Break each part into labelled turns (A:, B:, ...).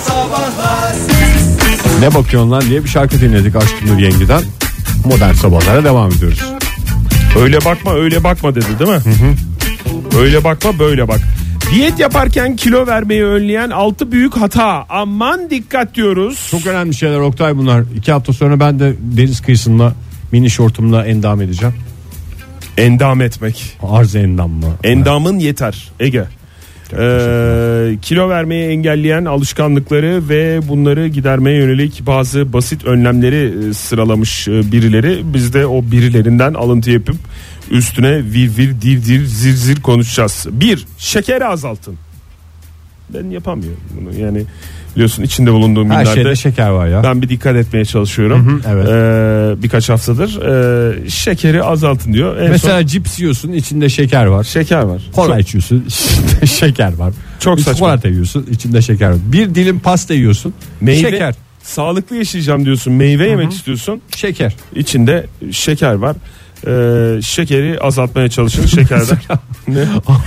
A: Sabahlar
B: Ne bakıyorsun lan diye bir şarkı dinledik Aşk Nur Yengi'den. Modern sabahlara devam ediyoruz.
C: Öyle bakma öyle bakma dedi değil mi? Öyle bakma böyle bak. Diyet yaparken kilo vermeyi önleyen 6 büyük hata. Aman dikkat diyoruz.
B: Çok önemli şeyler Oktay bunlar. İki hafta sonra ben de deniz kıyısında mini şortumla endam edeceğim.
C: Endam etmek.
B: Arz endam mı?
C: Endamın yeter Ege. Ee, kilo vermeyi engelleyen alışkanlıkları ve bunları gidermeye yönelik bazı basit önlemleri e, sıralamış e, birileri. Biz de o birilerinden alıntı yapıp üstüne vir vir dir dir zir zir konuşacağız. Bir, şekeri azaltın. Ben yapamıyorum bunu yani biliyorsun içinde bulunduğum
B: Her
C: günlerde.
B: şeyde şeker var ya.
C: Ben bir dikkat etmeye çalışıyorum.
B: Hı hı, evet.
C: Ee, birkaç haftadır. Ee, şekeri azaltın diyor. En
B: Mesela cips yiyorsun içinde şeker var.
C: son şeker var.
B: Kola içiyorsun içinde şeker var.
C: Çok
B: Bir
C: saçma.
B: Çikolata yiyorsun içinde şeker var. Bir dilim pasta yiyorsun.
C: Meyve,
B: Şeker.
C: Sağlıklı yaşayacağım diyorsun. Meyve yemek istiyorsun.
B: Şeker.
C: İçinde şeker var. Ee, şekeri azaltmaya çalışın şekerden. ne?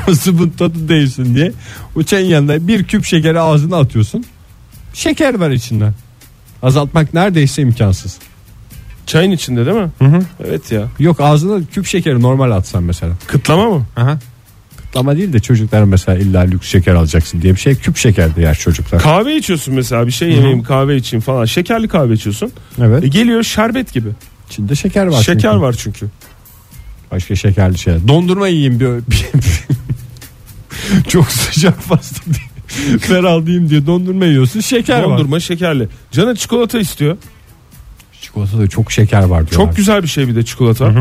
B: Ağzımın tadı değilsin diye uçan yanına bir küp şekeri ağzına atıyorsun. Şeker var içinde. Azaltmak neredeyse imkansız.
C: Çayın içinde değil mi?
B: hı.
C: Evet ya.
B: Yok ağzına küp şekeri normal atsan mesela.
C: Kıtlama mı?
B: Kıtlama değil de çocuklara mesela illa lüks şeker alacaksın diye bir şey. Küp şeker de yer çocuklar.
C: Kahve içiyorsun mesela bir şey yemeyeyim kahve içeyim falan. Şekerli kahve içiyorsun. E,
B: evet.
C: geliyor şerbet gibi.
B: İçinde şeker var.
C: şeker
B: çünkü.
C: var çünkü.
B: Başka şekerli şeyler. Dondurma yiyeyim bir, bir- bir- çok sıcak fazla diye. Ferahlayayım diye dondurma yiyorsun. Şeker var.
C: Dondurma şekerli. Canı çikolata istiyor.
B: Çikolatada çok şeker var diyorlar.
C: Çok güzel bir şey bir de çikolata.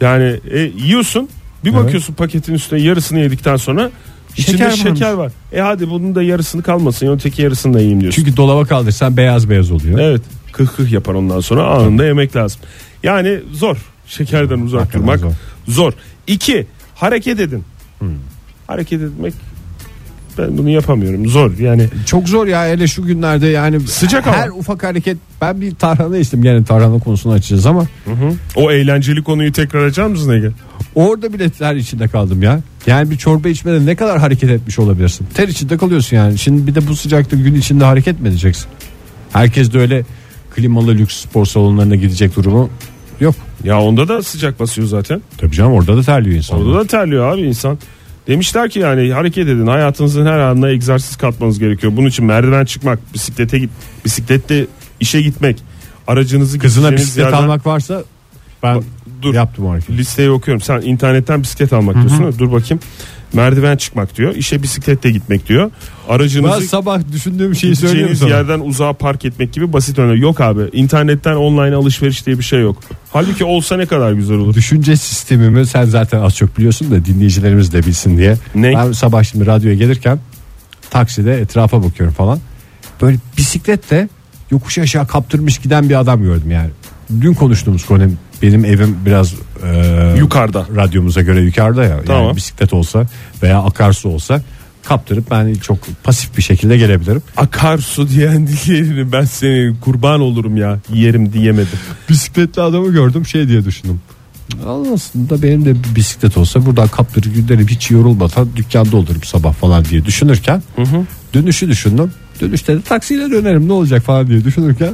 C: Yani e, yiyorsun bir
B: Evet.
C: bakıyorsun paketin üstüne yarısını yedikten sonra içinde
B: Şeker
C: şeker,
B: varmış.
C: var. E hadi bunun da yarısını kalmasın öteki yarısını da yiyeyim diyorsun.
B: Çünkü dolaba kaldırsan beyaz beyaz oluyor.
C: Evet kıh kıh yapar ondan sonra anında yemek lazım. Yani zor şekerden uzak
B: Hakikaten
C: durmak
B: zor.
C: zor. İki hareket edin. Hareket etmek ben bunu yapamıyorum zor yani
B: Çok zor ya hele şu günlerde yani
C: Sıcak
B: her
C: hava.
B: ufak hareket ben bir tarhana içtim yani tarhana konusunu açacağız ama
C: o eğlenceli konuyu tekrar açar mısın Ege?
B: orada bile ter içinde kaldım ya. Yani bir çorba içmeden ne kadar hareket etmiş olabilirsin? Ter içinde kalıyorsun yani. Şimdi bir de bu sıcakta gün içinde hareket mi edeceksin? Herkes de öyle klimalı lüks spor salonlarına gidecek durumu yok.
C: Ya onda da sıcak basıyor zaten.
B: Tabii canım orada da terliyor insan.
C: Orada da terliyor abi insan. Demişler ki yani hareket edin hayatınızın her anına egzersiz katmanız gerekiyor. Bunun için merdiven çıkmak, bisiklete git, bisikletle işe gitmek, aracınızı
B: Kızına
C: gideceğiniz
B: bisiklet
C: yerden-
B: almak varsa ben
C: Dur.
B: yaptım o hareketi.
C: Listeyi okuyorum. Sen internetten bisiklet almak diyorsun. Dur bakayım. Merdiven çıkmak diyor. İşe bisikletle gitmek diyor.
B: Ben
C: Aracınızı
B: sabah düşündüğüm şeyi söylüyorum
C: gideceğiniz
B: sana.
C: yerden uzağa park etmek gibi basit öneri. Yok abi. İnternetten online alışveriş diye bir şey yok. Halbuki olsa ne kadar güzel olur.
B: Düşünce sistemimi sen zaten az çok biliyorsun da dinleyicilerimiz de bilsin diye.
C: Ne?
B: Ben sabah şimdi radyoya gelirken takside etrafa bakıyorum falan. Böyle bisikletle yokuş aşağı kaptırmış giden bir adam gördüm yani. Dün konuştuğumuz konu benim evim biraz e,
C: Yukarıda.
B: radyomuza göre yukarıda ya. Yani
C: Tamam.
B: bisiklet olsa veya akarsu olsa kaptırıp ben çok pasif bir şekilde gelebilirim.
C: Akarsu diyen diğerini ben senin kurban olurum ya yerim diyemedim.
B: bisikletli adamı gördüm şey diye düşündüm. Aslında benim de bir bisiklet olsa buradan kaptırır giderim hiç yorulmadan dükkanda olurum sabah falan diye düşünürken dönüşü düşündüm. Dönüşte de taksiyle dönerim ne olacak falan diye düşünürken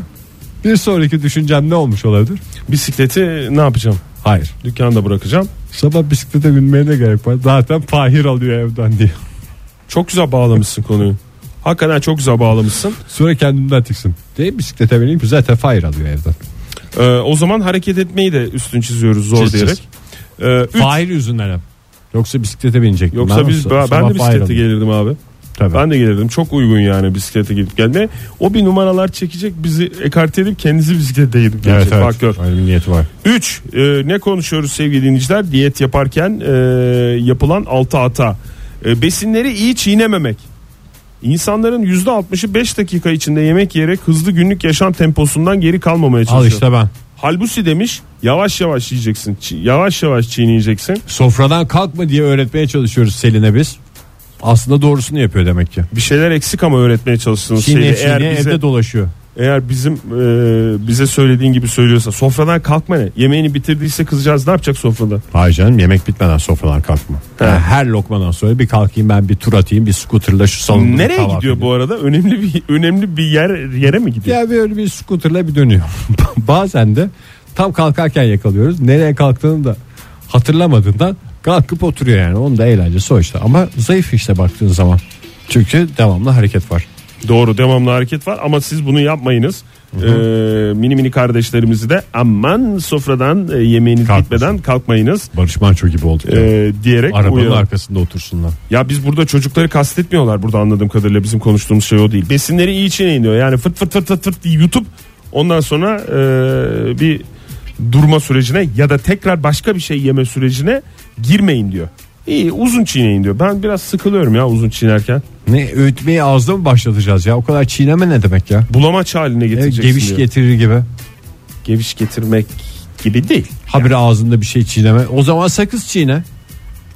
B: bir sonraki düşüncem ne olmuş olabilir?
C: Bisikleti ne yapacağım?
B: Hayır.
C: Dükkanda bırakacağım.
B: Sabah bisiklete binmeye ne gerek var? Zaten Fahir alıyor evden diye.
C: Çok güzel bağlamışsın konuyu. Hakikaten çok güzel bağlamışsın.
B: Sonra kendimden tiksin. Değil bisiklete bineyim ki zaten Fahir alıyor evden.
C: Ee, o zaman hareket etmeyi de üstün çiziyoruz zor
B: Çizeceğiz.
C: diyerek. Ee, üç-
B: Fahir yüzünden hep. Yoksa bisiklete binecek.
C: Yoksa biz ben, de bisiklete gelirdim abi.
B: Tabii.
C: Ben de gelirdim. Çok uygun yani bisiklete gidip gelmeye. O bir numaralar çekecek bizi ekarte edip kendisi bisiklete gidip
B: Evet
C: gelecek.
B: evet.
C: Faktör.
B: Öyle bir niyeti var.
C: 3. e, ne konuşuyoruz sevgili dinleyiciler? Diyet yaparken e, yapılan altı hata. E, besinleri iyi çiğnememek. İnsanların %60'ı 5 dakika içinde yemek yiyerek hızlı günlük yaşam temposundan geri kalmamaya
B: Al
C: çalışıyor.
B: işte ben.
C: Halbuki demiş yavaş yavaş yiyeceksin. Çi- yavaş yavaş çiğneyeceksin.
B: Sofradan kalkma diye öğretmeye çalışıyoruz Selin'e biz. Aslında doğrusunu yapıyor demek ki.
C: Bir şeyler eksik ama öğretmeye çalıştığınız
B: Çiğne
C: şeyi
B: çiğne
C: eğer bize
B: evde dolaşıyor.
C: eğer bizim e, bize söylediğin gibi söylüyorsa sofradan kalkma ne? Yemeğini bitirdiyse kızacağız ne yapacak sofrada?
B: Hayır canım yemek bitmeden sofradan kalkma. Yani her lokmadan sonra bir kalkayım ben bir tur atayım bir scooterla şu salonu.
C: Nereye gidiyor bu arada? Önemli bir önemli bir yer yere mi gidiyor?
B: Ya böyle bir scooterla bir dönüyor. Bazen de tam kalkarken yakalıyoruz. Nereye kalktığını da hatırlamadığından kalkıp oturuyor yani. Onun da eğlencesi o işte. Ama zayıf işte baktığın zaman. Çünkü devamlı hareket var.
C: Doğru devamlı hareket var ama siz bunu yapmayınız. Ee, mini mini kardeşlerimizi de aman sofradan e, yemeğiniz
B: Kalkmasın.
C: gitmeden kalkmayınız
B: Barış Manço gibi olduk. ya.
C: e, diyerek
B: Arabanın
C: uyaralım.
B: arkasında otursunlar.
C: Ya biz burada çocukları kastetmiyorlar burada anladığım kadarıyla bizim konuştuğumuz şey o değil. Besinleri iyi içine iniyor yani fırt fırt fırt fırt fırt yutup ondan sonra e, bir durma sürecine ya da tekrar başka bir şey yeme sürecine girmeyin diyor. İyi uzun çiğneyin diyor. Ben biraz sıkılıyorum ya uzun çiğnerken.
B: Ne öğütmeyi ağızda mı başlatacağız ya? O kadar çiğneme ne demek ya?
C: Bulamaç haline
B: E,
C: getireceksin
B: geviş
C: diyor.
B: getirir gibi.
C: Geviş getirmek gibi değil.
B: Habire ağzında bir şey çiğneme. O zaman sakız çiğne.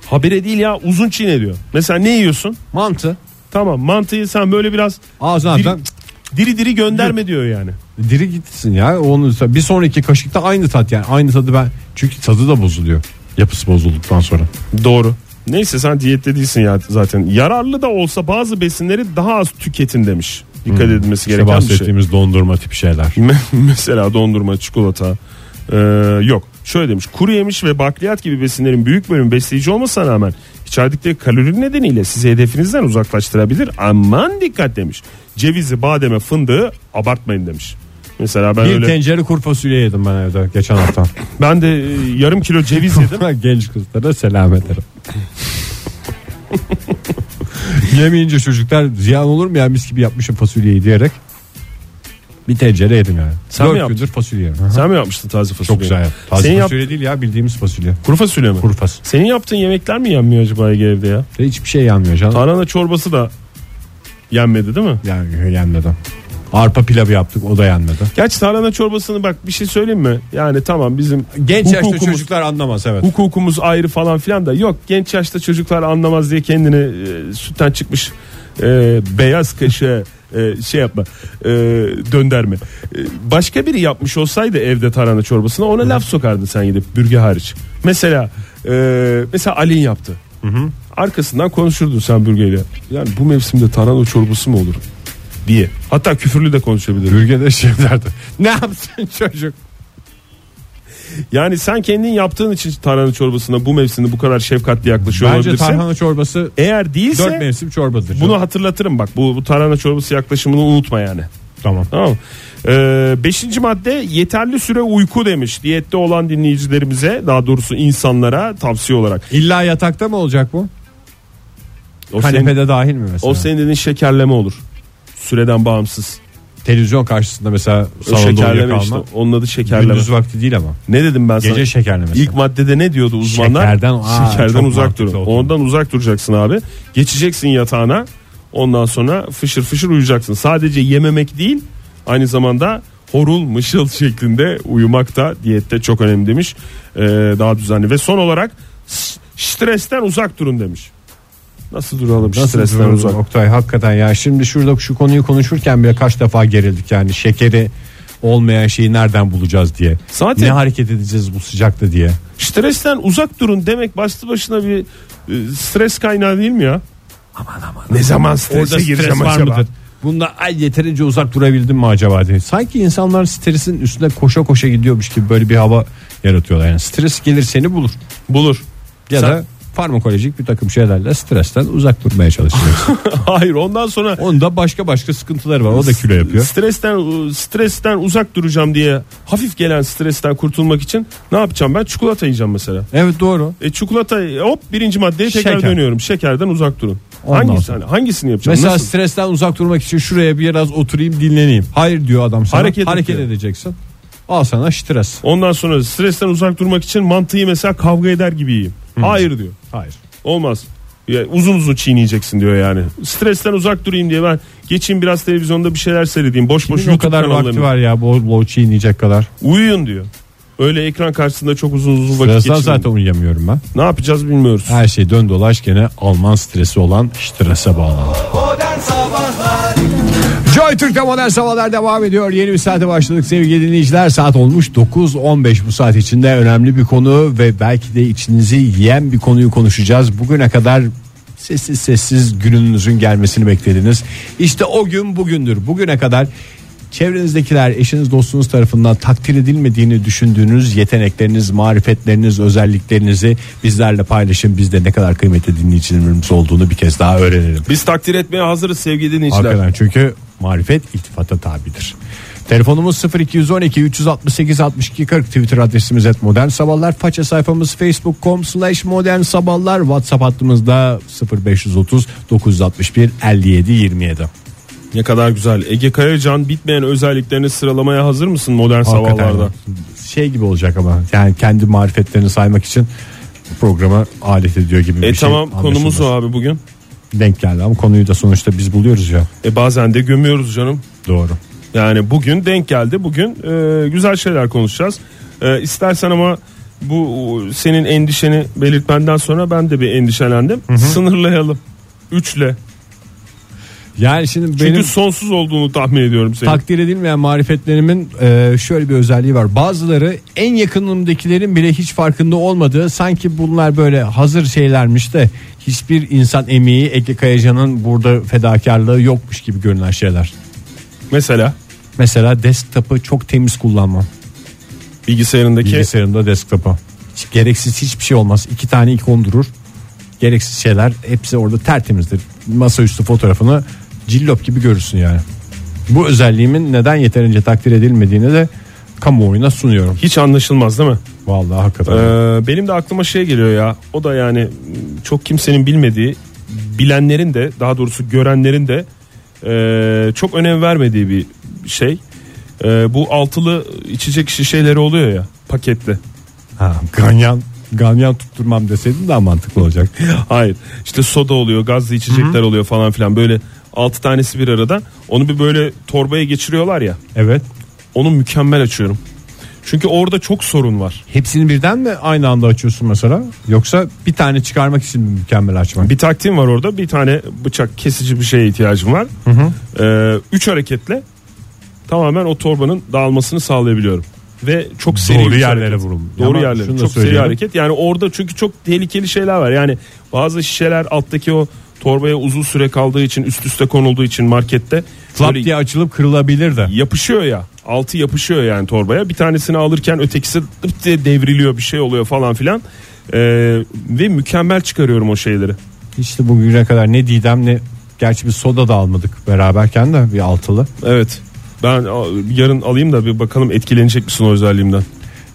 C: Habire değil ya uzun çiğne diyor. Mesela ne yiyorsun?
B: Mantı.
C: Tamam mantıyı sen böyle biraz
B: Ağzına
C: diri,
B: atan
C: diri diri gönderme diyor yani.
B: diri gitsin ya. Onu bir sonraki kaşıkta aynı tat yani. Aynı tadı ben. Çünkü tadı da bozuluyor. Yapısı bozulduktan sonra.
C: Doğru. Neyse sen diyette değilsin ya zaten. Yararlı da olsa bazı besinleri daha az tüketin demiş. Dikkat edilmesi
B: Hmm. İşte
C: gereken bir şey.
B: bahsettiğimiz dondurma tipi şeyler.
C: Me- Mesela dondurma, çikolata. Ee, yok. Şöyle demiş. Kuru yemiş ve bakliyat gibi besinlerin büyük bölümü besleyici olmasına rağmen içerdikleri kalori nedeniyle sizi hedefinizden uzaklaştırabilir. Aman dikkat demiş. Cevizi, bademe, fındığı abartmayın demiş. Mesela ben
B: bir
C: öyle
B: tencere kuru fasulye yedim ben evde geçen hafta.
C: ben de e, yarım kilo ceviz yedim.
B: Genç kızlara selam ederim. Yemeyince çocuklar ziyan olur mu ya mis gibi yapmışım fasulyeyi diyerek bir tencere yedim yani.
C: Sen mi
B: Dört
C: yaptın?
B: gündür fasulye. yedim.
C: Sen mi yapmıştın taze fasulye?
B: Çok güzel. yap- Taze
C: Senin yap-
B: fasulye değil ya bildiğimiz fasulye.
C: Kuru fasulye mi?
B: Kuru fasulye.
C: Senin yaptığın yemekler mi yenmiyor acaba Ege evde ya?
B: Hiçbir şey yanmıyor canım.
C: Tarhana çorbası da yenmedi değil mi?
B: yani yenmedi. Arpa pilavı yaptık o da yenmedi.
C: Gerçi tarhana çorbasını bak bir şey söyleyeyim mi? Yani tamam bizim
B: Genç yaşta
C: hukukumuz,
B: çocuklar anlamaz evet.
C: hukukumuz ayrı falan filan da yok genç yaşta çocuklar anlamaz diye kendini e, sütten çıkmış e, beyaz kaşığa e, şey yapma e, dönderme. E, başka biri yapmış olsaydı evde tarhana çorbasını ona laf sokardın sen gidip bürge hariç. Mesela e, mesela Ali'nin yaptı. Arkasından konuşurdun sen bürgeyle. Yani bu mevsimde tarhana çorbası mı olur? diye. Hatta küfürlü de konuşabilirdin.
B: Bölgede şey derdi. Ne yapsın çocuk?
C: Yani sen kendin yaptığın için tarhana çorbasına bu mevsimde bu kadar şefkatli yaklaşıyor
B: Bence
C: olabilirsin.
B: tarhana çorbası
C: Eğer
B: dört
C: değilse
B: mevsim çorbadır.
C: bunu hatırlatırım bak bu, bu tarhana çorbası yaklaşımını unutma yani.
B: tamam.
C: Tamam mı? Ee, beşinci madde yeterli süre uyku demiş diyette olan dinleyicilerimize daha doğrusu insanlara tavsiye olarak.
B: İlla yatakta mı olacak bu?
C: O senin,
B: Kanepede dahil mi mesela?
C: o senin dediğin şekerleme olur. Süreden bağımsız.
B: Televizyon karşısında mesela
C: O
B: salonda
C: şekerleme
B: uyuyakalma.
C: işte. Onun adı şekerleme.
B: Gündüz vakti değil ama.
C: Ne dedim ben sana?
B: Gece şekerlemesi.
C: İlk maddede ne diyordu uzmanlar?
B: Şekerden- Aa,
C: Şekerden
B: çok
C: uzak
B: mantıklı
C: durun.
B: oldu.
C: Ondan uzak duracaksın abi. Geçeceksin yatağına. Ondan sonra fışır fışır uyuyacaksın. Sadece yememek değil, aynı zamanda horul mışıl şeklinde uyumak da diyette çok önemli demiş. Ee, daha düzenli ve son olarak s- stresten uzak durun demiş. Nasıl duralım stresten
B: durulur
C: uzak?
B: Oktay hakikaten ya şimdi şurada şu konuyu konuşurken bile kaç defa gerildik yani şekeri olmayan şeyi nereden bulacağız diye.
C: Zaten-
B: ne hareket edeceğiz bu sıcakta diye.
C: Stresten uzak durun demek başlı başına bir e, stres kaynağı değil mi ya?
B: Aman aman.
C: Ne zaman strese gireceğim acaba?
B: Bunda ay yeterince uzak durabildim mi acaba diye. Sanki insanlar stresin üstüne koşa koşa gidiyormuş gibi böyle bir hava yaratıyorlar. Yani stres gelir seni bulur.
C: Bulur.
B: Ya
C: Sen-
B: da farmakolojik bir takım şeylerle stresten uzak durmaya çalışacaksın.
C: Hayır ondan sonra
B: Onda başka başka sıkıntıları var. O da kilo yapıyor.
C: Stresten stresten uzak duracağım diye hafif gelen stresten kurtulmak için ne yapacağım ben? Çikolata yiyeceğim mesela.
B: Evet doğru.
C: E çikolata hop birinci maddeye tekrar
B: Şeker.
C: dönüyorum. Şekerden uzak durun.
B: Ondan
C: Hangisi,
B: sonra.
C: hani hangisini yapacağım?
B: Mesela
C: Nasıl?
B: stresten uzak durmak için şuraya biraz oturayım dinleneyim. Hayır diyor adam sana.
C: Hareket
B: Hareket,
C: ediyor.
B: edeceksin. Al sana stres.
C: Ondan sonra stresten uzak durmak için mantıyı mesela kavga eder gibi yiyeyim. Hayır diyor.
B: Hayır.
C: Olmaz. Ya, uzun uzun çiğneyeceksin diyor yani. Stresten uzak durayım diye ben geçeyim biraz televizyonda bir şeyler seyredeyim. Boş boş
B: Kimin o
C: YouTube
B: kadar vakti
C: kanallarını-
B: var ya bol bol çiğneyecek kadar.
C: Uyuyun diyor. Öyle ekran karşısında çok uzun uzun vakit
B: Stresten
C: geçirmeyin.
B: zaten uyuyamıyorum ben.
C: Ne yapacağız bilmiyoruz.
B: Her şey dön dolaş gene Alman stresi olan strese bağlandı. Joy Türk'te modern sabahlar devam ediyor. Yeni bir saate başladık sevgili dinleyiciler. Saat olmuş 9.15 bu saat içinde önemli bir konu ve belki de içinizi yiyen bir konuyu konuşacağız. Bugüne kadar sessiz sessiz gününüzün gelmesini beklediniz. İşte o gün bugündür. Bugüne kadar çevrenizdekiler, eşiniz, dostunuz tarafından takdir edilmediğini düşündüğünüz yetenekleriniz, marifetleriniz, özelliklerinizi bizlerle paylaşın. Bizde ne kadar kıymetli dinleyicilerimiz olduğunu bir kez daha öğrenelim.
C: Biz takdir etmeye hazırız sevgili dinleyiciler.
B: Hakikaten çünkü marifet iltifata tabidir. Telefonumuz 0212 368 62 40 Twitter adresimiz et modern sabahlar faça sayfamız facebook.com slash modern sabahlar whatsapp hattımızda 0530 961 57 27
C: Ne kadar güzel. Ege Kayacan bitmeyen özelliklerini sıralamaya hazır mısın modern
B: Hakikaten
C: sabahlarda?
B: şey gibi olacak ama yani kendi marifetlerini saymak için programa alet ediyor gibi bir
C: E
B: şey
C: tamam konumuz o
B: anlaşılmaz.
C: abi bugün.
B: Denk geldi ama konuyu da sonuçta biz buluyoruz ya
C: E bazen de gömüyoruz canım.
B: doğru
C: Yani bugün denk geldi. Bugün e, güzel şeyler konuşacağız. E, istersen ama bu senin endişeni belirtmenden sonra ben de bir endişelendim. Sınırlayalım. Üçle.
B: yani şimdi
C: Çünkü
B: benim
C: sonsuz olduğunu tahmin ediyorum senin.
B: takdir edilmeyen marifetlerimin e, şöyle bir özelliği var. Bazıları en yakınımdakilerin bile hiç farkında olmadığı sanki bunlar böyle hazır şeylermiş de hiçbir insan emeği Ege Kayacan'ın burada fedakarlığı yokmuş gibi görünen şeyler.
C: Mesela
B: Mesela desktop'ı çok temiz kullanmam.
C: bilgisayarındaki
B: Bilgisayarımda desktop'a. Hiç gereksiz hiçbir şey olmaz. İki tane ikon durur. Gereksiz şeyler hepsi orada tertemizdir. Masaüstü fotoğrafını cillop gibi görürsün yani. Bu özelliğimin neden yeterince takdir edilmediğini de kamuoyuna sunuyorum.
C: hiç anlaşılmaz değil mi?
B: Vallahi hakikaten.
C: Ee, benim de aklıma şey geliyor ya. O da yani çok kimsenin bilmediği, bilenlerin de daha doğrusu görenlerin de e, çok önem vermediği bir şey. E, bu altılı içecek şişeleri oluyor ya paketli.
B: Ha, ganyan ganyan tutturmam deseydin daha mantıklı olacak.
C: Hayır. işte soda oluyor, gazlı içecekler oluyor falan filan böyle altı tanesi bir arada. Onu bir böyle torbaya geçiriyorlar ya.
B: Evet.
C: Onu mükemmel açıyorum. Çünkü orada çok sorun var.
B: Hepsini birden mi aynı anda açıyorsun mesela? Yoksa bir tane çıkarmak için mi mükemmel açmak?
C: Bir taktiğim var orada. Bir tane bıçak kesici bir şeye ihtiyacım var. Ee, üç hareketle tamamen o torbanın dağılmasını sağlayabiliyorum. Ve çok seri
B: Doğru
C: üç
B: yerlere
C: hareket.
B: vurulmuş.
C: Doğru
B: Ama
C: yerlere.
B: şunu da
C: Çok seri
B: söyleyelim.
C: hareket. Yani orada çünkü çok tehlikeli şeyler var. Yani bazı şişeler alttaki o torbaya uzun süre kaldığı için üst üste konulduğu için markette
B: Flap
C: böyle
B: diye açılıp kırılabilir de.
C: yapışıyor ya. Altı yapışıyor yani torbaya. Bir tanesini alırken ötekisi tıp diye devriliyor bir şey oluyor falan filan. Ee, ve mükemmel çıkarıyorum o şeyleri.
B: İşte bugüne kadar ne Didem ne gerçi bir soda da almadık beraberken de bir altılı.
C: Evet. Ben a- yarın alayım da bir bakalım etkilenecek misin o özelliğimden.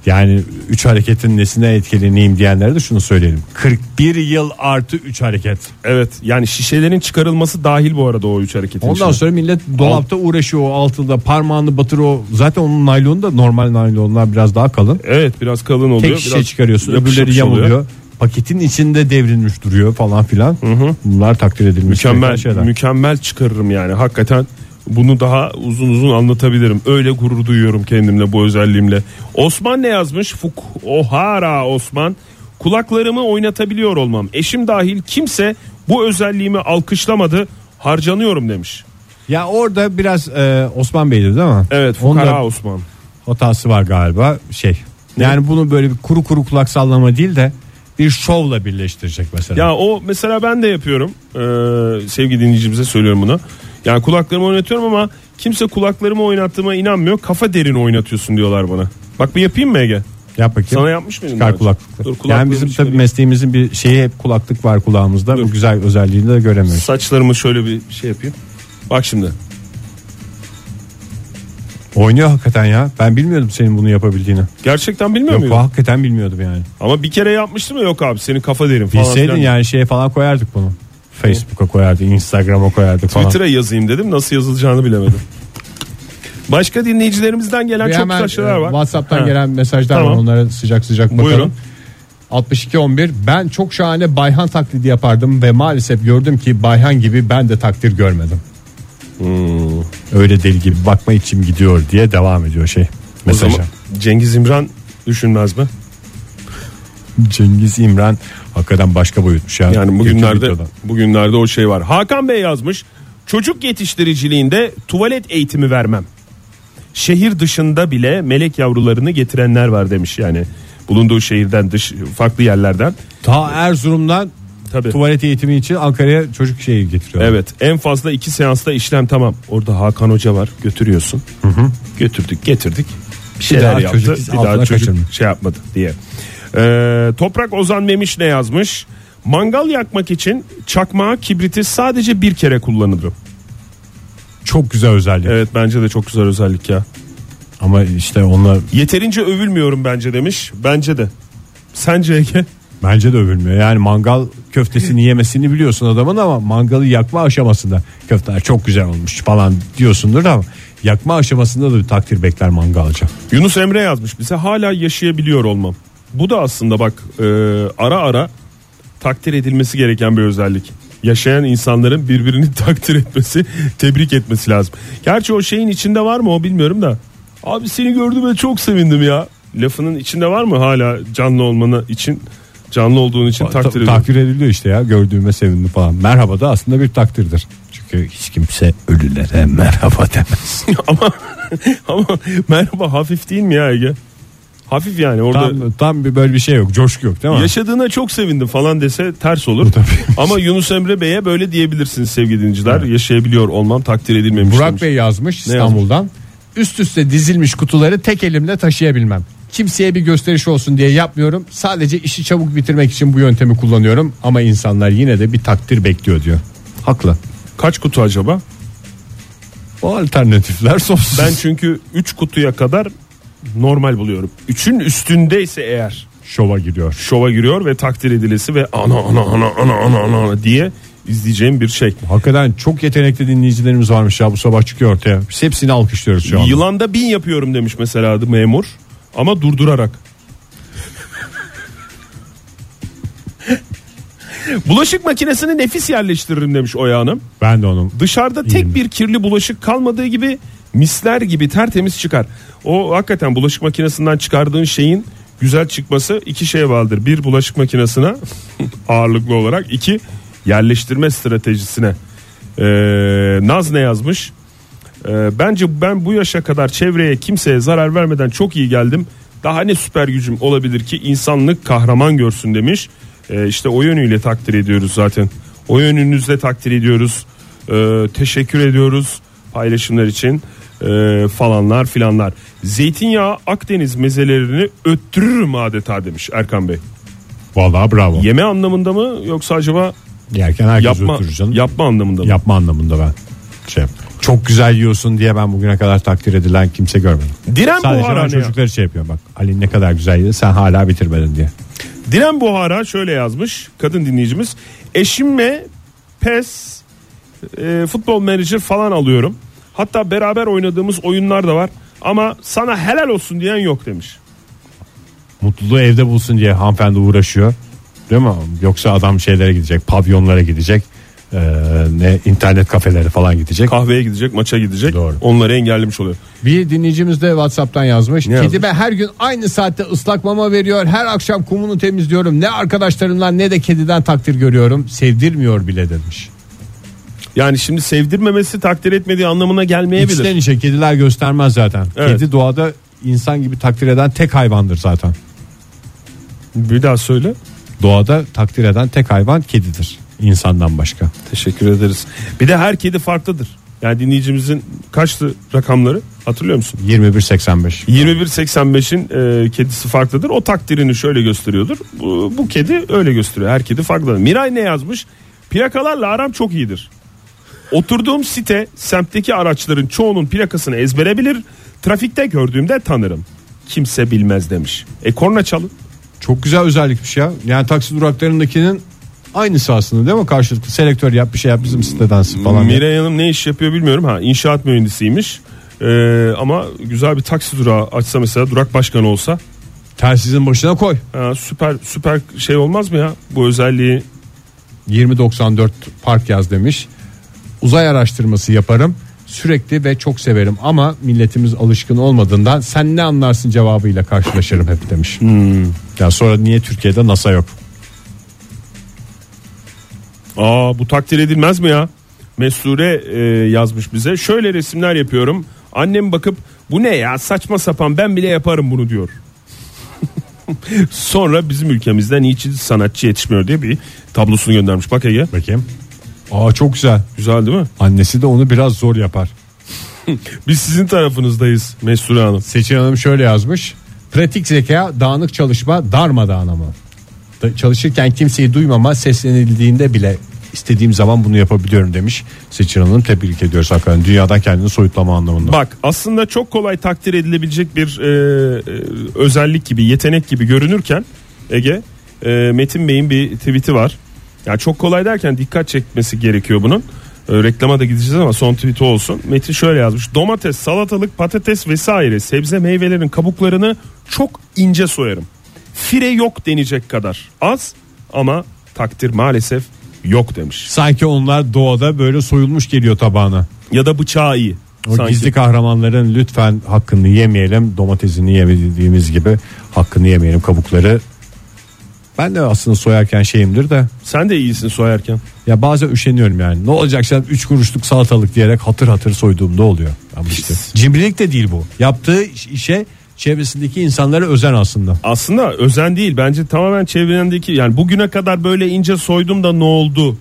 B: Yani 3 hareketin nesine etkileneyim diyenlere de şunu söyleyelim. 41 yıl artı 3 hareket.
C: Evet. Yani şişelerin çıkarılması dahil bu arada o üç hareketin
B: Ondan
C: içine.
B: sonra millet dolapta uğraşıyor o altıda parmağını batırıyor. Zaten onun naylonu da normal naylonlar biraz daha kalın.
C: Evet biraz kalın oluyor.
B: Tek şişe
C: biraz şey
B: çıkarıyorsun
C: yapış
B: öbürleri
C: yapış
B: yamuluyor. Paketin içinde devrilmiş duruyor falan filan. Bunlar takdir edilmiş. gereken
C: Mükemmel
B: şeyler.
C: mükemmel çıkarırım yani. Hakikaten bunu daha uzun uzun anlatabilirim. Öyle gurur duyuyorum kendimle bu özelliğimle. Osman ne yazmış? Fuk Ohara Osman. Kulaklarımı oynatabiliyor olmam. Eşim dahil kimse bu özelliğimi alkışlamadı. Harcanıyorum demiş.
B: Ya orada biraz e, Osman Bey'di değil mi?
C: Evet
B: Onda-
C: Fukara Osman.
B: hatası var galiba şey. Yani bunu böyle bir kuru kuru kulak sallama değil de bir şovla birleştirecek mesela.
C: Ya o mesela ben de yapıyorum. Ee, sevgili dinleyicimize söylüyorum bunu. Yani kulaklarımı oynatıyorum ama kimse kulaklarımı oynattığıma inanmıyor. Kafa derin oynatıyorsun diyorlar bana. Bak bir yapayım mı Ege?
B: Yap bakayım.
C: Sana yapmış mıydım? daha
B: Çıkar
C: önce?
B: kulaklıkları.
C: Dur, şey kulaklığımı
B: yani bizim tabii
C: çıkarayım.
B: mesleğimizin bir şeyi hep kulaklık var kulağımızda. Bu güzel özelliğini de göremiyoruz.
C: Saçlarımı şöyle bir şey yapayım. Bak şimdi.
B: Oynuyor hakikaten ya. Ben bilmiyordum senin bunu yapabildiğini.
C: Gerçekten bilmiyor
B: Yok
C: muyum?
B: hakikaten bilmiyordum yani.
C: Ama bir kere yapmıştım ya yok abi senin kafa derin falan.
B: Bilseydin
C: filan.
B: yani şeye falan koyardık bunu. Facebook'a koyardık, Instagram'a koyardık falan.
C: Twitter'a yazayım dedim nasıl yazılacağını bilemedim. Başka dinleyicilerimizden gelen
B: Bir
C: çok
B: hemen,
C: güzel şeyler
B: e,
C: var.
B: WhatsApp'tan
C: Ha.
B: gelen mesajlar var
C: Tamam.
B: onlara sıcak sıcak bakalım.
C: Buyurun.
B: 6211 ben çok şahane Bayhan taklidi yapardım ve maalesef gördüm ki Bayhan gibi ben de takdir görmedim.
C: Hmm.
B: Öyle deli gibi bakma içim gidiyor diye devam ediyor şey
C: O
B: mesaja.
C: zaman Cengiz İmran düşünmez mi?
B: Cengiz İmran hakikaten başka boyutmuş ya.
C: Yani
B: Geçen
C: bugünlerde
B: videodan.
C: bugünlerde o şey var. Hakan Bey yazmış. Çocuk yetiştiriciliğinde tuvalet eğitimi vermem. Şehir dışında bile melek yavrularını getirenler var demiş yani. Bulunduğu şehirden dış farklı yerlerden.
B: Ta Erzurum'dan
C: Tabii.
B: tuvalet eğitimi için Ankara'ya çocuk şeyi getiriyor.
C: Evet en fazla iki seansta işlem tamam. Orada Hakan Hoca var götürüyorsun. Götürdük getirdik. Bir şeyler
B: Şey, daha
C: yaptı.
B: çocuk
C: bir daha
B: altına
C: çocuk
B: kaçırmış.
C: şey yapmadı diye. Ee, Toprak Ozan Memiş ne yazmış? Mangal yakmak için çakmağa kibriti sadece bir kere kullanılır.
B: Çok güzel özellik.
C: Evet bence de çok güzel özellik ya.
B: Ama işte onlar
C: Yeterince övülmüyorum bence demiş. Bence de. Sence Ege?
B: bence de övülmüyor. Yani mangal köftesini yemesini biliyorsun adamın ama mangalı yakma aşamasında köfteler çok güzel olmuş falan diyorsundur ama yakma aşamasında da bir takdir bekler mangalcı.
C: Yunus Emre yazmış bize hala yaşayabiliyor olmam. Bu da aslında bak e, ara ara takdir edilmesi gereken bir özellik. Yaşayan insanların birbirini takdir etmesi, tebrik etmesi lazım. Gerçi o şeyin içinde var mı o bilmiyorum da. Abi seni gördüm ve çok sevindim ya. Lafının içinde var mı hala canlı olmanı için, canlı olduğun için
B: Ta-
C: takdir ediyorum.
B: takdir ediliyor işte ya gördüğüme sevindim falan. Merhaba da aslında bir takdirdir. Çünkü hiç kimse ölülere merhaba demez.
C: ama, ama merhaba hafif değil mi ya Ege? Hafif yani orada.
B: tam, tam bir böyle bir şey yok coşku yok değil mi?
C: Yaşadığına çok sevindim falan dese ters olur. Ama Yunus Emre Bey'e böyle diyebilirsiniz sevgili dinleyiciler. Yaşayabiliyor olmam takdir edilmemiş.
B: Burak
C: demiş.
B: Bey yazmış İstanbul'dan. Üst üste dizilmiş kutuları tek elimle taşıyabilmem. Kimseye bir gösteriş olsun diye yapmıyorum. Sadece işi çabuk bitirmek için bu yöntemi kullanıyorum. Ama insanlar yine de bir takdir bekliyor diyor. Haklı.
C: Kaç kutu acaba?
B: O alternatifler sonsuz.
C: Ben çünkü 3 kutuya kadar normal buluyorum. 3'ün üstündeyse eğer
B: şova giriyor.
C: şova giriyor ve takdir edilesi ve ana ana ana ana ana ana, ana diye izleyeceğim bir şey.
B: Hakikaten çok yetenekli dinleyicilerimiz varmış ya bu sabah çıkıyor ortaya. Biz hepsini alkışlıyoruz şu an.
C: Yılanda bin yapıyorum demiş mesela adı memur ama durdurarak. Bulaşık makinesini nefis yerleştiririm demiş Oya Hanım.
B: Ben de onun.
C: Dışarıda tek bir kirli bulaşık kalmadığı gibi misler gibi tertemiz çıkar. O hakikaten bulaşık makinesinden çıkardığın şeyin güzel çıkması iki şeye bağlıdır. Bir bulaşık makinesine ağırlıklı olarak iki yerleştirme stratejisine. Ee, Naz ne yazmış? Ee, bence ben bu yaşa kadar çevreye kimseye zarar vermeden çok iyi geldim. Daha ne süper gücüm olabilir ki insanlık kahraman görsün demiş. Ee, işte o yönüyle takdir ediyoruz zaten. O yönünüzle takdir ediyoruz. Ee, teşekkür ediyoruz paylaşımlar için Ee, falanlar filanlar. Zeytinyağı Akdeniz mezelerini öttürürüm adeta demiş Erkan Bey.
B: Vallahi bravo.
C: Yeme anlamında mı yoksa acaba
B: Yerken herkes
C: yapma
B: oturur canım.
C: yapma anlamında mı?
B: Yapma anlamında ben. Şey, çok güzel yiyorsun diye ben bugüne kadar takdir edilen kimse görmedim.
C: Diren
B: Sadece ben
C: buharhane.
B: çocukları şey yapıyor bak. Ali ne kadar güzel yedi sen hala bitirmedin diye.
C: Diren Buhara şöyle yazmış kadın dinleyicimiz. Eşimle PES, e, futbol menajer falan alıyorum. Hatta beraber oynadığımız oyunlar da var. Ama sana helal olsun diyen yok demiş.
B: Mutluluğu evde bulsun diye hanımefendi uğraşıyor. Değil mi? Yoksa adam şeylere gidecek, pavyonlara gidecek. Ee, ne internet kafeleri falan gidecek.
C: Kahveye gidecek, maça gidecek.
B: Doğru.
C: Onları engellemiş oluyor.
B: Bir dinleyicimiz de WhatsApp'tan yazmış.
C: Ne yazmış?
B: Kedime her gün aynı saatte ıslak mama veriyor. Her akşam kumunu temizliyorum. Ne arkadaşlarımdan ne de kediden takdir görüyorum. Sevdirmiyor bile demiş.
C: Yani şimdi sevdirmemesi takdir etmediği anlamına gelmeyebilir.
B: İçten içe kediler göstermez zaten.
C: Evet.
B: Kedi doğada insan gibi takdir eden tek hayvandır zaten.
C: Bir daha söyle.
B: Doğada takdir eden tek hayvan kedidir. İnsandan başka.
C: Teşekkür ederiz. Bir de her kedi farklıdır. Yani dinleyicimizin kaçtı rakamları hatırlıyor musun?
B: 2185.
C: 21.85'in e, kedisi farklıdır. O takdirini şöyle gösteriyordur. Bu, bu kedi öyle gösteriyor. Her kedi farklıdır. Miray ne yazmış? Plakalarla aram çok iyidir. Oturduğum site semtteki araçların çoğunun plakasını ezbere bilir. Trafikte gördüğümde tanırım. Kimse bilmez demiş. E korna çalın.
B: Çok güzel özellikmiş ya. Yani taksi duraklarındakinin aynısı aslında değil mi? Karşılıklı selektör yap bir şey yap bizim sitedensin falan. diye.
C: Miray Hanım ne iş yapıyor bilmiyorum. Ha inşaat mühendisiymiş. E, ama güzel bir taksi durağı açsa mesela durak başkanı olsa
B: Telsizin başına koy.
C: ha, süper süper şey olmaz mı ya bu özelliği
B: 2094 park yaz demiş. Uzay araştırması yaparım. Sürekli ve çok severim ama milletimiz alışkın olmadığından sen ne anlarsın cevabıyla karşılaşırım hep demiş. Hmm. Ya sonra niye Türkiye'de NASA yok?
C: Aa bu takdir edilmez mi ya? Mesure e, yazmış bize. Şöyle resimler yapıyorum. Annem bakıp bu ne ya saçma sapan ben bile yaparım bunu diyor. Sonra bizim ülkemizden niçin sanatçı yetişmiyor diye bir tablosunu göndermiş. Bak Ege.
B: Bakayım. Aa çok güzel.
C: Güzel değil mi?
B: Annesi de onu biraz zor yapar.
C: Biz sizin tarafınızdayız Mesure Hanım.
B: Seçin Hanım şöyle yazmış. Pratik zeka, dağınık çalışma, darmadağın ama. Da- Çalışırken kimseyi duymama, seslenildiğinde bile istediğim zaman bunu yapabiliyorum demiş. Seçin Hanım tebrik ediyoruz hakikaten. Dünyadan kendini soyutlama anlamında.
C: Bak aslında çok kolay takdir edilebilecek bir e, e, özellik gibi, yetenek gibi görünürken Ege, e, Metin Bey'in bir tweet'i var. Yani çok kolay derken dikkat çekmesi gerekiyor bunun. E, reklama da gideceğiz ama son tweet'i olsun. Metin şöyle yazmış. Domates, salatalık, patates vesaire sebze meyvelerin kabuklarını çok ince soyarım. Fire yok denecek kadar az ama takdir maalesef yok demiş.
B: Sanki onlar doğada böyle soyulmuş geliyor tabağına.
C: Ya da bıçağı iyi.
B: O
C: Sanki.
B: gizli kahramanların lütfen hakkını yemeyelim. Domatesini yemediğimiz gibi hakkını yemeyelim kabukları. Ben de aslında soyarken şeyimdir de
C: Sen de iyisin soyarken.
B: ya bazen üşeniyorum yani. Ne olacak sen 3 kuruşluk salatalık diyerek hatır hatır soyduğumda oluyor. Ama işte cimrilik de değil bu. Yaptığı iş- işe çevresindeki insanlara özen aslında.
C: aslında özen değil bence tamamen çevrendeki yani bugüne kadar böyle ince soydum da ne oldu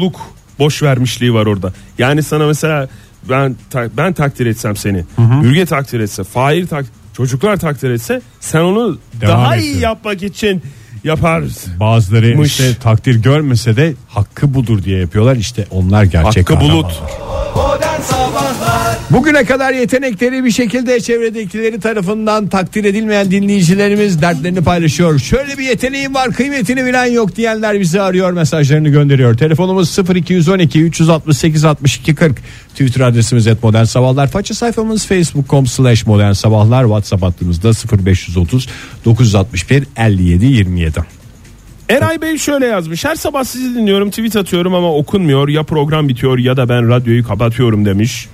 C: luk boş vermişliği var orada. Yani sana mesela ben ta- ben takdir etsem seni. Bürge takdir etse, Fahir tak çocuklar takdir etse sen onu
B: Devam
C: daha
B: ettiriyor.
C: iyi yapmak için yaparsın.
B: Bazıları
C: Mış.
B: işte takdir görmese de hakkı budur diye yapıyorlar. İşte onlar gerçek
C: Hakkı Bulut.
B: kahramanlar. Bugüne kadar yetenekleri bir şekilde çevredekileri tarafından takdir edilmeyen dinleyicilerimiz dertlerini paylaşıyor. Şöyle bir yeteneğim var kıymetini bilen yok diyenler bizi arıyor mesajlarını gönderiyor. Telefonumuz 0212 368 62 40 Twitter adresimiz et modern sabahlar. Faça sayfamız facebook.com slash modern sabahlar. Whatsapp hattımızda 0530 961 57 27.
C: Eray Bey şöyle yazmış. Her sabah sizi dinliyorum, tweet atıyorum ama okunmuyor. Ya program bitiyor ya da ben radyoyu kapatıyorum demiş.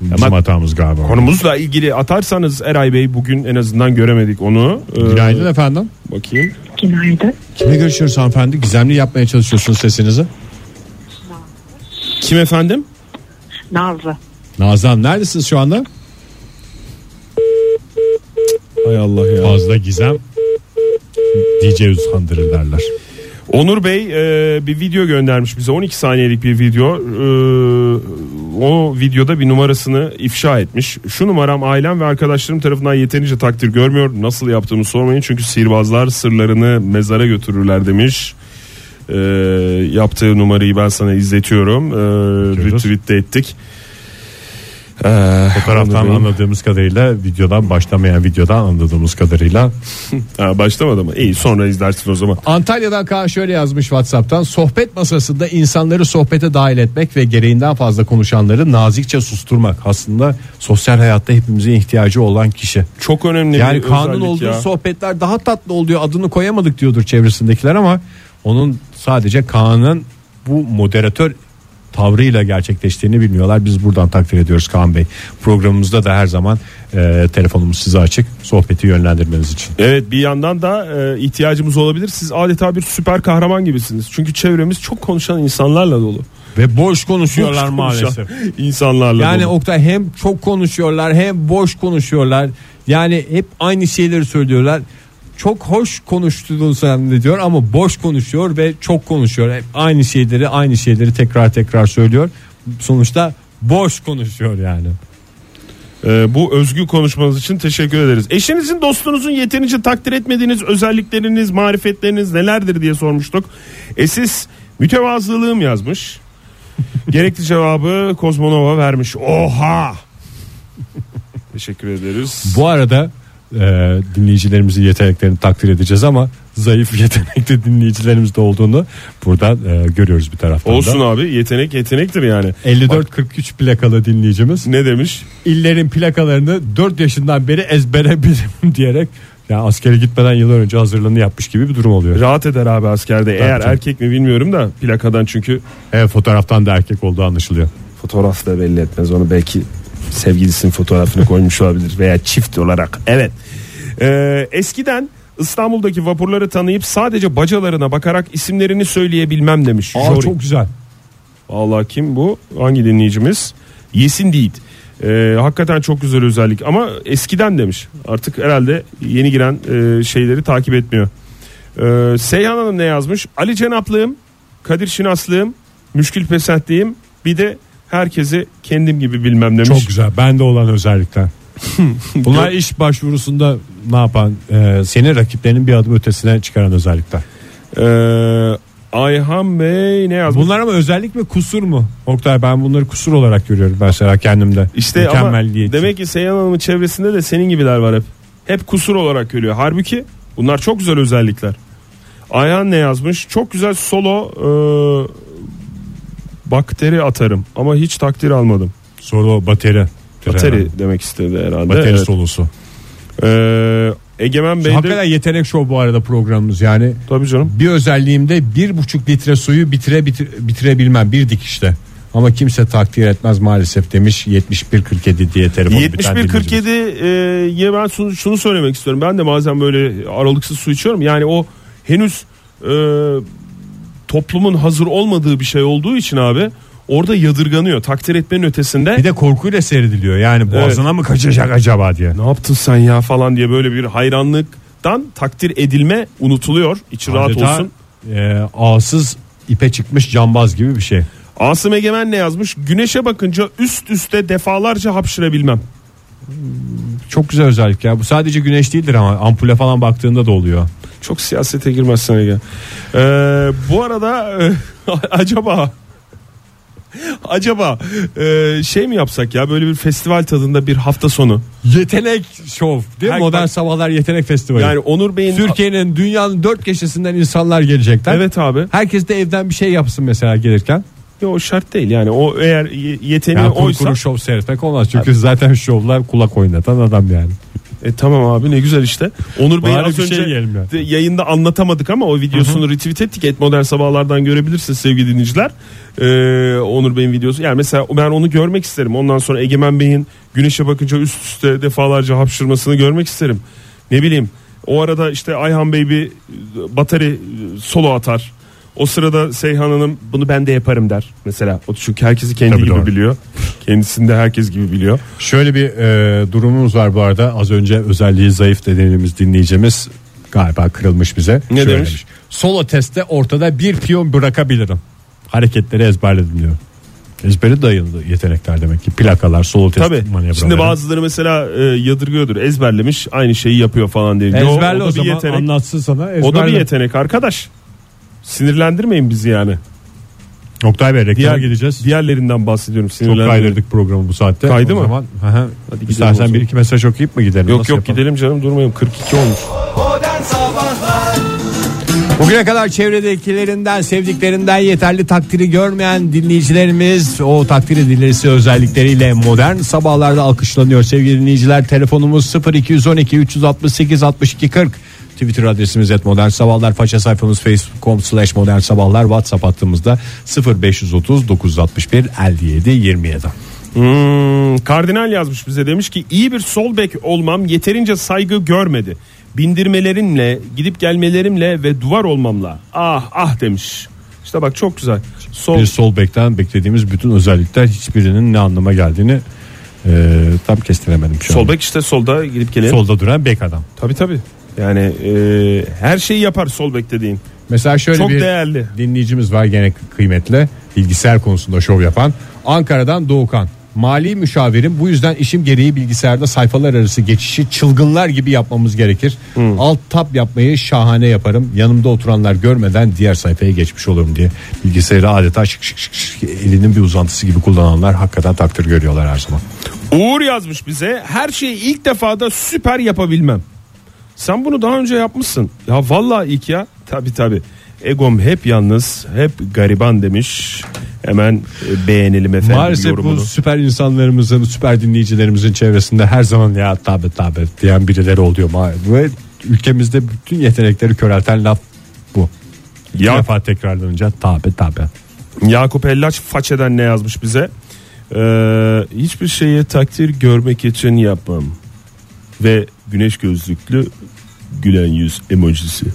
B: Bizim hatamız galiba.
C: Konumuzla ilgili atarsanız Eray Bey bugün en azından göremedik onu. Ee,
B: Günaydın efendim.
C: Bakayım.
A: Günaydın.
B: Kimle görüşüyoruz hanımefendi? Gizemli yapmaya çalışıyorsunuz sesinizi.
C: Kim efendim?
A: Nazlı.
B: Nazan neredesiniz şu anda?
C: Hay Allah ya.
B: Fazla gizem DJ uzandırır derler.
C: Onur Bey e, bir video göndermiş bize 12 saniyelik bir video. E, o videoda bir numarasını ifşa etmiş. Şu numaram ailem ve arkadaşlarım tarafından yeterince takdir görmüyor. Nasıl yaptığımı sormayın çünkü sihirbazlar sırlarını mezara götürürler demiş. E, yaptığı numarayı ben sana izletiyorum. E,
B: Görüyoruz.
C: retweet de ettik. E,
B: Taraftan
C: Onur Bey'in-
B: anladığımız kadarıyla videodan başlamayan videodan anladığımız kadarıyla.
C: Ha, başlamadı mı? İyi sonra izlersin o zaman.
B: Antalya'dan Kaan şöyle yazmış Whatsapp'tan. Sohbet masasında insanları sohbete dahil etmek ve gereğinden fazla konuşanları nazikçe susturmak. Aslında sosyal hayatta hepimizin ihtiyacı olan kişi.
C: Çok önemli
B: Yani
C: bir
B: kanun
C: özellik
B: olduğu
C: ya.
B: sohbetler daha tatlı oluyor. Adını koyamadık diyordur çevresindekiler ama onun sadece Kaan'ın bu moderatör tavrıyla gerçekleştiğini bilmiyorlar. Biz buradan takdir ediyoruz Kaan Bey. Programımızda da her zaman e, telefonumuz size açık. Sohbeti yönlendirmeniz için.
C: Evet bir yandan da e, ihtiyacımız olabilir. Siz adeta bir süper kahraman gibisiniz. Çünkü çevremiz çok konuşan insanlarla dolu.
B: Ve boş
C: Çok
B: konuşuyorlar
C: konuşan
B: maalesef.
C: insanlarla
B: Yani
C: dolu.
B: Oktay hem çok konuşuyorlar hem boş konuşuyorlar. Yani hep aynı şeyleri söylüyorlar. Çok hoş konuştuğunu zannediyor ama boş konuşuyor ve çok konuşuyor. Hep aynı şeyleri aynı şeyleri tekrar tekrar söylüyor. Sonuçta boş konuşuyor yani.
C: E, bu özgü konuşmanız için teşekkür ederiz. Eşinizin dostunuzun yeterince takdir etmediğiniz özellikleriniz, marifetleriniz nelerdir diye sormuştuk. E siz mütevazılığım yazmış. Gerekli cevabı Kozmonova vermiş. Oha! teşekkür ederiz.
B: Bu arada e, dinleyicilerimizin yeteneklerini takdir edeceğiz ama zayıf yetenekli dinleyicilerimiz de olduğunu buradan e, görüyoruz bir taraftan
C: Olsun
B: da.
C: abi yetenek yetenektir yani.
B: 54-43 plakalı dinleyicimiz
C: Ne demiş?
B: illerin plakalarını 4 yaşından beri ezbere bilirim diyerek ya askere gitmeden yıllar önce hazırlığını yapmış gibi bir durum oluyor.
C: Rahat eder abi askerde. Eğer
B: canım.
C: erkek mi bilmiyorum da plakadan çünkü
B: Evet E, fotoğraftan da erkek olduğu anlaşılıyor.
C: fotoğraf da belli etmez. Onu belki sevgilisinin fotoğrafını koymuş olabilir veya çift olarak. Evet. Ee, eskiden İstanbul'daki vapurları tanıyıp sadece bacalarına bakarak isimlerini söyleyebilmem demiş.
B: Aa
C: Jory.
B: çok güzel.
C: Vallahi kim bu? Hangi dinleyicimiz? Yesin değil. hakikaten çok güzel özellik ama eskiden demiş. Artık herhalde yeni giren e, şeyleri takip etmiyor. Ee, Seyhan Hanım ne yazmış? Ali Cenaplığım, Kadir Şinaslığım, Müşkül Pesentliğim bir de herkesi kendim gibi bilmem demiş.
B: Çok güzel. Bende olan özellikler. Bunlar iş başvurusunda ne yapan e, senin rakiplerinin bir adım ötesine çıkaran özellikler.
C: Ee, Ayhan Bey ne yazmış?
B: Bunlar ama özellik mi kusur mu? Oktay ben bunları kusur olarak görüyorum mesela kendimde.
C: işte ama
B: Mükemmelliyetçi.
C: demek ki Seyhan Hanım'ın çevresinde de senin gibiler var hep. Hep kusur olarak görüyor. Halbuki bunlar çok güzel özellikler. Ayhan ne yazmış? Çok güzel solo e, bakteri atarım ama hiç takdir almadım.
B: Soru o, bateri.
C: Bateri demek istedi herhalde.
B: Bateri
C: Evet.
B: solusu.
C: Ee, Egemen Bey
B: Hakikaten
C: de
B: yetenek şov bu arada programımız yani.
C: tabii canım.
B: Bir özelliğimde bir buçuk litre suyu bitire, bitire- bitirebilmem bir dikişte. Ama kimse takdir etmez maalesef demiş 7147 diye telefonu biten
C: 71
B: dinleyicimiz.
C: 47 e, ye ben şunu, şunu söylemek istiyorum. Ben de bazen böyle aralıksız su içiyorum. Yani o henüz e, toplumun hazır olmadığı bir şey olduğu için abi orada yadırganıyor. Takdir etmenin ötesinde
B: Bir de korkuyla seyrediliyor yani boğazına mı kaçacak acaba diye.
C: ne yaptın sen ya falan diye böyle bir hayranlıktan takdir edilme unutuluyor. İçi rahat
B: Adeta,
C: olsun.
B: E, ağsız ipe çıkmış cambaz gibi bir şey.
C: Asım Egemen ne yazmış? Güneşe bakınca üst üste defalarca hapşırabilmem.
B: Çok güzel özellik ya. Bu sadece güneş değildir ama ampule falan baktığında da oluyor.
C: Çok siyasete girmezsen Ege. Ee, bu arada e, acaba acaba e, şey mi yapsak ya böyle bir festival tadında bir hafta sonu.
B: Yetenek şov değil mi?
C: Her-
B: Modern Sabahlar Yetenek Festivali.
C: Yani Onur Bey'in
B: Türkiye'nin dünyanın dört köşesinden insanlar gelecekler.
C: Evet abi.
B: Herkes de evden bir şey yapsın mesela gelirken.
C: Yo, o şart değil yani. O eğer ye- yeteneği
B: Yani kuru
C: oysa
B: kuru şov seyretmek olmaz. Çünkü zaten şovlar kulak oynatan adam yani.
C: E, tamam abi ne güzel işte. Onur Bey'in
B: Bari
C: az
B: bir
C: önce
B: şey yiyelim ya.
C: de- yayında anlatamadık ama o videosunu retweet ettik. Et Modern Sabahlardan görebilirsiniz sevgili dinleyiciler. Ee, Onur Bey'in videosu. Yani mesela ben onu görmek isterim. Ondan sonra Egemen Bey'in güneşe bakınca üst üste defalarca hapşırmasını görmek isterim. Ne bileyim. O arada işte Ayhan Bey bir e, bateri e, solo atar. O sırada Seyhan Hanım bunu ben de yaparım der mesela. O çünkü herkesi kendi
B: Tabii
C: gibi
B: doğru.
C: biliyor. Kendisini de herkes gibi biliyor.
B: Şöyle bir e, durumumuz var bu arada. Az önce özelliği zayıf dediğimiz dinleyicimiz galiba kırılmış bize.
C: Ne
B: Şöyle
C: demiş?
B: Solo testte ortada bir piyon bırakabilirim. Hareketleri ezberledim diyor. Ezberi dayalı yetenekler demek ki. Plakalar, solo test
C: Tabii.
B: manevraları.
C: Şimdi bazıları mesela e, yadırgıyordur. Ezberlemiş aynı şeyi yapıyor falan diye. Yo,
B: Ezberle
C: da
B: o,
C: bir
B: zaman
C: yetenek.
B: anlatsın sana. Ezberle.
C: O da bir yetenek arkadaş. Sinirlendirmeyin bizi yani.
B: Oktay Bey reklama
C: Diğer
B: gideceğiz.
C: Diğerlerinden bahsediyorum.
B: Çok
C: Sinirlendirmeyin.
B: kaydırdık programı bu saatte.
C: Kaydı
B: O
C: mı?
B: Zaman, hı hı.
C: Hadi gidelim o
B: İstersen
C: zaman.
B: bir iki mesaj okuyup mu gidelim?
C: Yok
B: Nasıl
C: yok
B: yapalım?
C: gidelim canım durmayalım. 42 olmuş.
D: Modern Sabahlar
B: Bugüne kadar çevredekilerinden, sevdiklerinden yeterli takdiri görmeyen dinleyicilerimiz o takdir edilirse özellikleriyle modern sabahlarda alkışlanıyor. Sevgili dinleyiciler telefonumuz 0212 368 62 40. Twitter adresimiz et modern sabahlar faça sayfamız facebook.com slash modern sabahlar whatsapp hattımızda 0530 961 57 27
C: Hmm, Kardinal yazmış bize demiş ki iyi bir sol bek olmam yeterince saygı görmedi. Bindirmelerimle, gidip gelmelerimle ve duvar olmamla. Ah ah demiş. İşte bak çok güzel. Sol
B: bir sol bekten beklediğimiz bütün özellikler hiçbirinin ne anlama geldiğini e, tam kestiremedim şu an.
C: sol bek işte solda gidip gelelim.
B: Solda duran bek adam.
C: Tabi tabi. Yani e, her şeyi yapar sol bek dediğin.
B: Mesela şöyle
C: Çok
B: bir
C: değerli.
B: dinleyicimiz var gene kıymetli bilgisayar konusunda şov yapan Ankara'dan Doğukan. Mali müşavirim bu yüzden işim gereği bilgisayarda sayfalar arası geçişi çılgınlar gibi yapmamız gerekir. Alt tab yapmayı şahane yaparım. Yanımda oturanlar görmeden diğer sayfaya geçmiş olurum diye. Bilgisayarı adeta şık şık şık, şık elinin bir uzantısı gibi kullananlar hakikaten takdir görüyorlar her zaman.
C: Uğur yazmış bize her şeyi ilk defada süper yapabilmem. Sen bunu daha önce yapmışsın. Ya vallahi ilk ya. Tabi tabi. Egom hep yalnız, hep gariban demiş. Hemen e, beğenelim efendim
B: Maalesef
C: yorumunu.
B: bu süper insanlarımızın, süper dinleyicilerimizin çevresinde her zaman ya tabi tabi diyen birileri oluyor. Ma- Ve ülkemizde bütün yetenekleri körelten laf bu. İki
C: Ya-
B: defa tekrarlanınca tabi tabi.
C: Yakup Ellaç façeden ne yazmış bize? Ee, hiçbir şeyi takdir görmek için yapmam. Ve güneş gözlüklü gülen yüz emojisi.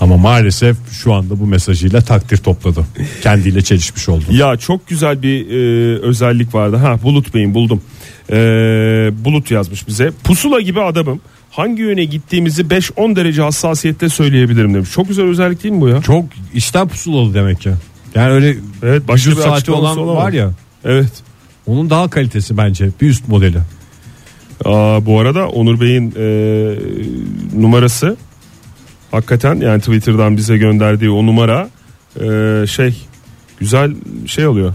B: Ama maalesef şu anda bu mesajıyla takdir topladı. Kendiyle çelişmiş oldu.
C: Ya çok güzel bir e, özellik vardı. Ha Bulut Bey'in buldum. E, Bulut yazmış bize. Pusula gibi adamım. Hangi yöne gittiğimizi 5-10 derece hassasiyette söyleyebilirim demiş. Çok güzel özellik değil mi bu ya?
B: Çok işten pusulalı demek ki. Yani öyle
C: Evet, başka
B: vücut
C: bir
B: saati
C: açıklaması
B: olan
C: olamaz.
B: var ya.
C: Evet.
B: Onun daha kalitesi bence bir üst modeli.
C: Aa, bu arada Onur Bey'in e, numarası hakikaten yani Twitter'dan bize gönderdiği o numara e, şey güzel şey oluyor.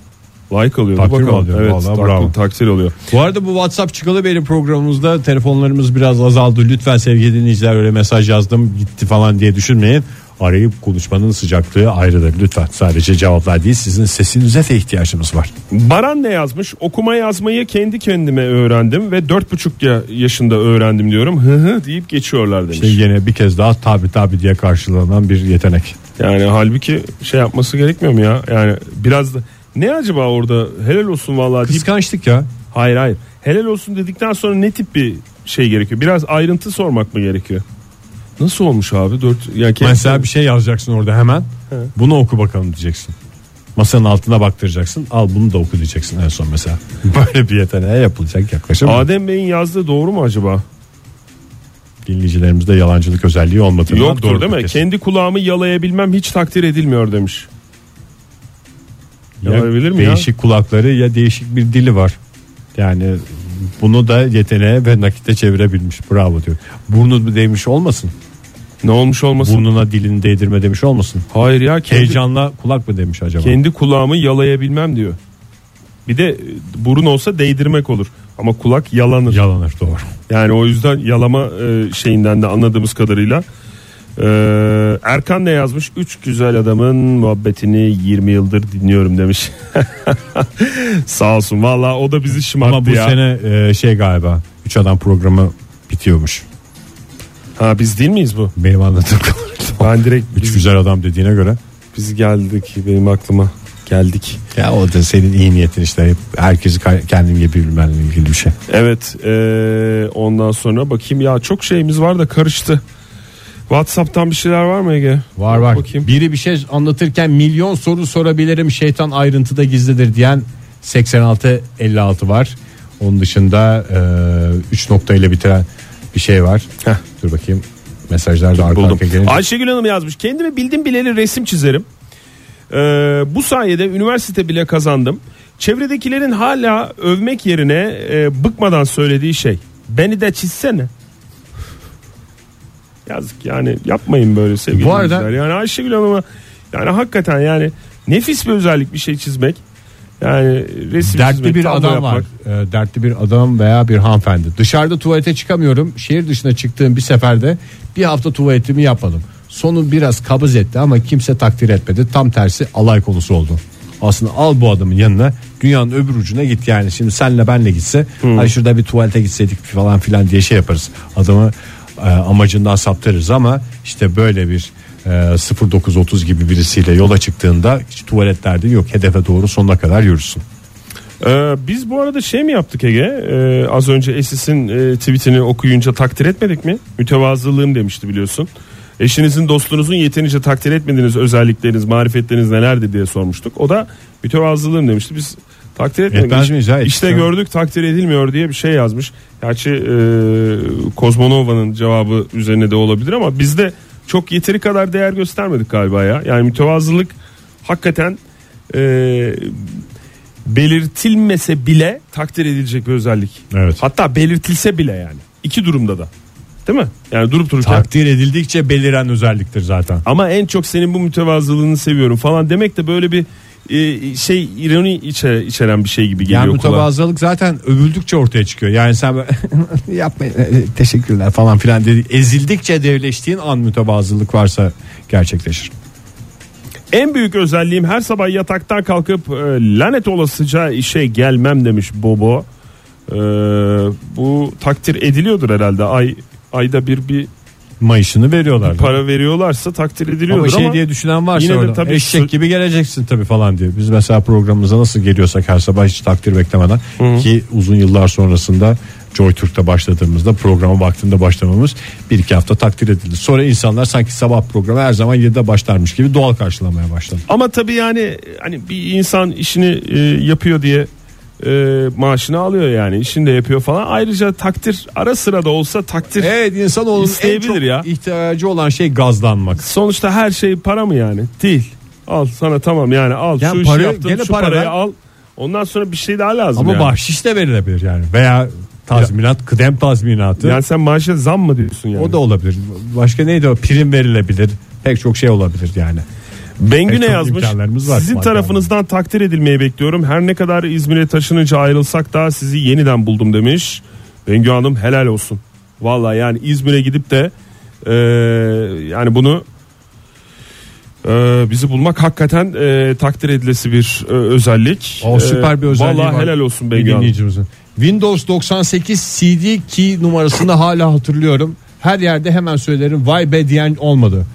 C: Like alıyor.
B: Takdir mi
C: Bakalım.
B: alıyor?
C: Evet,
B: Vallahi
C: takdir-
B: bravo.
C: takdir alıyor.
B: Bu arada bu WhatsApp çıkalı beri programımızda telefonlarımız biraz azaldı. Lütfen sevgili dinleyiciler öyle mesaj yazdım gitti falan diye düşünmeyin. Arayıp konuşmanın sıcaklığı ayrıdır lütfen. Sadece cevaplar değil sizin sesinize de ihtiyacımız var.
C: Baran ne yazmış? Okuma yazmayı kendi kendime öğrendim ve dört buçuk ya- yaşında öğrendim diyorum. Hı hı deyip geçiyorlar demiş.
B: İşte yine bir kez daha tabi tabi diye karşılanan bir yetenek.
C: Yani halbuki şey yapması gerekmiyor mu ya? Yani biraz da ne acaba orada helal olsun vallahi deyip
B: Kıskançlık ya.
C: hayır hayır. Helal olsun dedikten sonra ne tip bir şey gerekiyor? Biraz ayrıntı sormak mı gerekiyor? Nasıl olmuş abi? Dört ya kendi-
B: Mesela bir şey yazacaksın orada hemen. Bunu oku bakalım diyeceksin. Masanın altına baktıracaksın. Al bunu da oku diyeceksin en son mesela. Böyle bir yeteneğe yapılacak yaklaşım.
C: Adem Bey'in yazdığı doğru mu acaba?
B: Dinleyicilerimizde yalancılık özelliği olmadığından
C: Yoktur
B: doğrudur
C: değil mi?
B: kesin.
C: Kendi kulağımı yalayabilmem hiç takdir edilmiyor demiş.
B: Ya
C: Yalayabilir mi ya?
B: değişik kulakları ya değişik bir dili var. Yani bunu da yeteneğe ve nakite çevirebilmiş. Bravo diyor. Burnu mu değmiş olmasın?
C: Ne olmuş olmasın?
B: Burnuna dilini değdirme demiş olmasın?
C: Hayır ya kendi-
B: Heyecanla kulak mı demiş acaba?
C: Kendi kulağımı yalayabilmem diyor. Bir de e, burun olsa değdirmek olur. Ama kulak yalanır.
B: Yalanır doğru.
C: Yani o yüzden yalama e, şeyinden de anladığımız kadarıyla. E, Erkan ne yazmış? Üç güzel adamın muhabbetini 20 yıldır dinliyorum demiş. Sağ olsun. Valla o da bizi şımarttı
B: Ama bu
C: ya.
B: sene e, şey galiba 3 adam programı bitiyormuş.
C: Ha biz değil miyiz bu?
B: Benim anladığım kadarıyla.
C: Ben direkt
B: Üç
C: biz,
B: güzel adam dediğine göre.
C: biz geldik benim aklıma. Geldik.
B: Ya o da senin iyi niyetin işte. Hep Herkesi kay- kendin gibi bilmenle ilgili bir şey.
C: Evet eee, ondan sonra bakayım ya çok şeyimiz var da karıştı. Whatsapp'tan bir şeyler var mı Ege?
E: Var var.
C: Bakayım.
E: Biri bir şey anlatırken milyon soru sorabilirim şeytan ayrıntıda gizlidir diyen 86-56 var. Onun dışında 3 nokta ile bitiren bir şey var.
C: Heh.
E: Dur bakayım mesajlar da arka
C: Buldum.
E: arka gelince.
C: Ayşegül Hanım yazmış. Kendimi bildim bileli resim çizerim. Eee, bu sayede üniversite bile kazandım. Çevredekilerin hala övmek yerine eee, bıkmadan söylediği şey. Beni de çizsene. Yazık yani yapmayın böyle sevgili
E: Bu arada-
C: dinleyiciler. Yani Ayşegül Hanım'a yani hakikaten yani nefis bir özellik bir şey çizmek. Yani resim
E: Dertli
C: çizmek,
E: bir
C: tablo
E: adam
C: yapmak.
E: var. Ee, dertli bir adam veya bir hanımefendi. Dışarıda tuvalete çıkamıyorum. Şehir dışına çıktığım bir seferde bir hafta tuvaletimi yapmadım. Sonu biraz kabız etti ama kimse takdir etmedi. Tam tersi alay konusu oldu. Aslında al bu adamın yanına dünyanın öbür ucuna git yani. Şimdi senle benle gitse ay şurada bir tuvalete gitseydik falan filan diye şey yaparız. Adamı e, amacından saptırırız ama işte böyle bir e, 0930 gibi birisiyle yola çıktığında hiç tuvalet derdin yok. Hedefe doğru sonuna kadar yürürsün.
C: Ee, biz bu arada şey mi yaptık Ege? Ee, az önce Esis'in e, tweetini okuyunca takdir etmedik mi? Mütevazılığım demişti biliyorsun. Eşinizin dostunuzun yeterince takdir etmediğiniz özellikleriniz, marifetleriniz nelerdi diye sormuştuk. O da mütevazılığım demişti. Biz takdir
B: Etmez
C: etmedik.
B: miyiz? Ha, ettik
C: işte
B: canım.
C: gördük takdir edilmiyor diye bir şey yazmış. Gerçi e, Kozmonova'nın cevabı üzerine de olabilir ama biz de çok yeteri kadar değer göstermedik galiba ya. Yani mütevazılık hakikaten e, belirtilmese bile takdir edilecek bir özellik.
B: Evet.
C: Hatta belirtilse bile yani. İki durumda da. Değil mi? Yani durup dururken.
B: Takdir edildikçe beliren özelliktir zaten.
C: Ama en çok senin bu mütevazılığını seviyorum falan demek de böyle bir e, şey ironi içe, içeren bir şey gibi geliyor
B: Yani
C: kulağa.
B: mütevazılık zaten övüldükçe ortaya çıkıyor. Yani sen böyle yapmayın e, teşekkürler falan filan dedi. Ezildikçe devleştiğin an mütevazılık varsa gerçekleşir.
C: En büyük özelliğim her sabah yataktan kalkıp e, lanet olasıca işe gelmem demiş Bobo. E, bu takdir ediliyordur herhalde. Ay ayda bir bir
B: Mayışını veriyorlar.
C: para veriyorlarsa takdir ediliyordur
B: Ama
C: ama,
B: şey diye düşünen varsa
C: yine de
B: orada,
C: tabii
B: eşek
C: sö-
B: gibi geleceksin tabii falan diyor. Biz mesela programımıza nasıl geliyorsak her sabah hiç takdir beklemeden ki uzun yıllar sonrasında Joy Türk'te başladığımızda program vaktinde başlamamız bir iki hafta takdir edildi. Sonra insanlar sanki sabah programı her zaman 7'de başlarmış gibi doğal karşılamaya başladı.
C: Ama tabii yani hani bir insan işini e, yapıyor diye e, maaşını alıyor yani işini de yapıyor falan. Ayrıca takdir ara sıra da olsa takdir.
B: Evet insanoğlunun en
C: İsteyebilir
B: çok
C: ya.
B: ihtiyacı olan şey gazlanmak.
C: Sonuçta her şey para mı yani? Değil. Al sana tamam yani al
B: Ya
C: şu işi
B: para-
C: yaptın
B: gene
C: şu
B: para
C: parayı
B: ver.
C: al. Ondan sonra bir şey daha lazım
B: Ama
C: yani.
B: bahşiş de verilebilir yani. Veya tazminat, kıdem tazminatı.
C: Yani sen maaşa zam mı diyorsun yani?
B: O da olabilir. Başka neydi o? Prim verilebilir. Pek çok şey olabilir yani.
C: Bengü
B: Pek
C: ne
B: çok
C: yazmış?
B: imkanlarımız var.
C: Sizin tarafınızdan takdir edilmeyi bekliyorum. Her ne kadar İzmir'e taşınınca ayrılsak da sizi yeniden buldum demiş. Bengü Hanım helal olsun. Valla yani İzmir'e gidip de e, yani bunu e, bizi bulmak hakikaten e, takdir edilesi bir e, özellik.
B: O süper bir özelliği
C: Valla
B: var.
C: helal olsun
B: Bir
C: Bengü Hanım.
B: dinleyicimizin. Windows 98 CD key numarasını hala hatırlıyorum. Her yerde hemen söylerim vay be diyen olmadı.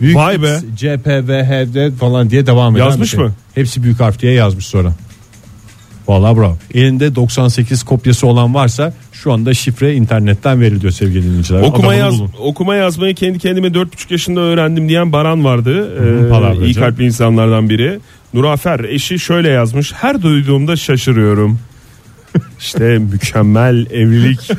B: Büyük
C: Vay
B: X,
C: be.
B: CPVHD falan diye devam eden.
C: Yazmış
B: bir şey.
C: mı?
B: Hepsi büyük harf diye yazmış sonra. Valla bravo. Elinde 98 kopyası olan varsa şu anda şifre internetten veriliyor sevgili dinleyiciler.
C: Okuma,
B: Adamını
C: yaz,
B: bulun.
C: okuma yazmayı kendi kendime 4,5 yaşında öğrendim diyen Baran vardı.
B: hı,
C: Ee,
B: palavracı.
C: iyi kalpli insanlardan biri. Nurafer eşi şöyle yazmış. Her duyduğumda şaşırıyorum. İşte mükemmel evlilik.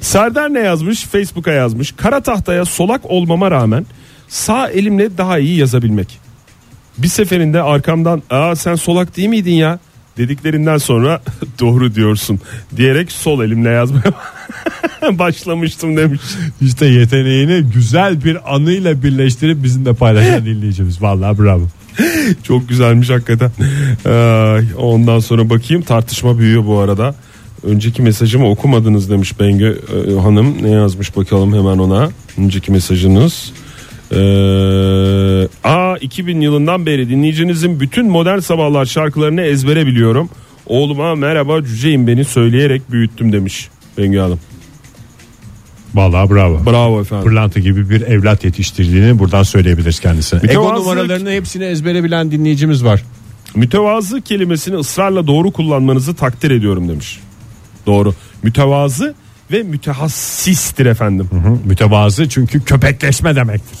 C: Serdar ne yazmış? Facebook'a yazmış. Kara tahtaya solak olmama rağmen sağ elimle daha iyi yazabilmek. Bir seferinde arkamdan aa sen solak değil miydin ya dediklerinden sonra doğru diyorsun diyerek sol elimle yazmaya başlamıştım demiş.
B: İşte yeteneğini güzel bir anıyla birleştirip bizimle paylaşan dinleyicimiz. Valla bravo.
C: Çok güzelmiş hakikaten. Ay, Ondan sonra bakayım tartışma büyüyor bu arada. Önceki mesajımı okumadınız demiş Bengü e, Hanım. Ne yazmış bakalım hemen ona. Önceki mesajınız. Ee, a 2000 yılından beri dinleyicinizin bütün modern sabahlar şarkılarını ezbere biliyorum. Oğluma merhaba cüceyim beni söyleyerek büyüttüm demiş Bengü Hanım.
B: Valla bravo.
C: Bravo efendim.
B: pırlanta gibi bir evlat yetiştirdiğini buradan söyleyebiliriz kendisine.
C: de
B: Ego
C: bazı-
B: numaralarını hepsini ezbere bilen dinleyicimiz var.
C: Mütevazı kelimesini ısrarla doğru kullanmanızı takdir ediyorum demiş. Doğru. Mütevazı ve mütehassistir efendim.
B: Mütevazı çünkü köpekleşme demektir.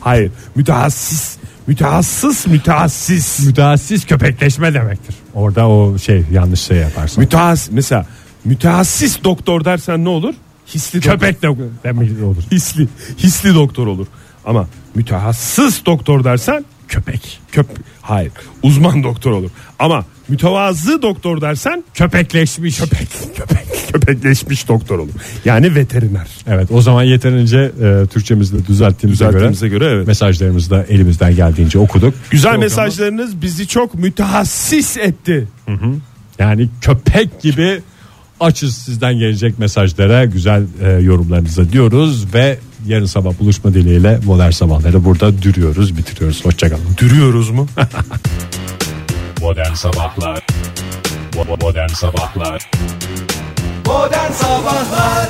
C: Hayır. Mütehassis. Mütehassıs, mütehassis.
B: Mütehassiz köpekleşme demektir. Orada o şey yanlış şey yaparsın.
C: Mütehas mesela mütehassis doktor dersen ne olur? Hisli
B: Köpek de demek olur.
C: doktor. Hisli. Hisli doktor olur. Ama mütehassıs doktor dersen köpek. Köp Hayır. Uzman doktor olur. Ama mütevazı doktor dersen
B: Köpekleşmiş.
C: köpek köpek köpekleşmiş doktor olur. Yani veteriner.
B: Evet o zaman yeterince e, Türkçemizde düzelttiğimize,
C: Düzelttiğimize
B: göre,
C: göre evet.
B: mesajlarımızı da elimizden geldiğince okuduk.
C: Güzel
B: Programı-
C: mesajlarınız bizi çok mütehassis etti.
B: Yani köpek gibi açız sizden gelecek mesajlara, güzel e, yorumlarınıza diyoruz ve yarın sabah buluşma dileğiyle modern sabahları burada dürüyoruz, bitiriyoruz. Hoşçakalın.
C: Dürüyoruz mu?
F: Modern Sabahlar Bo- Modern Sabahlar
D: Modern Sabahlar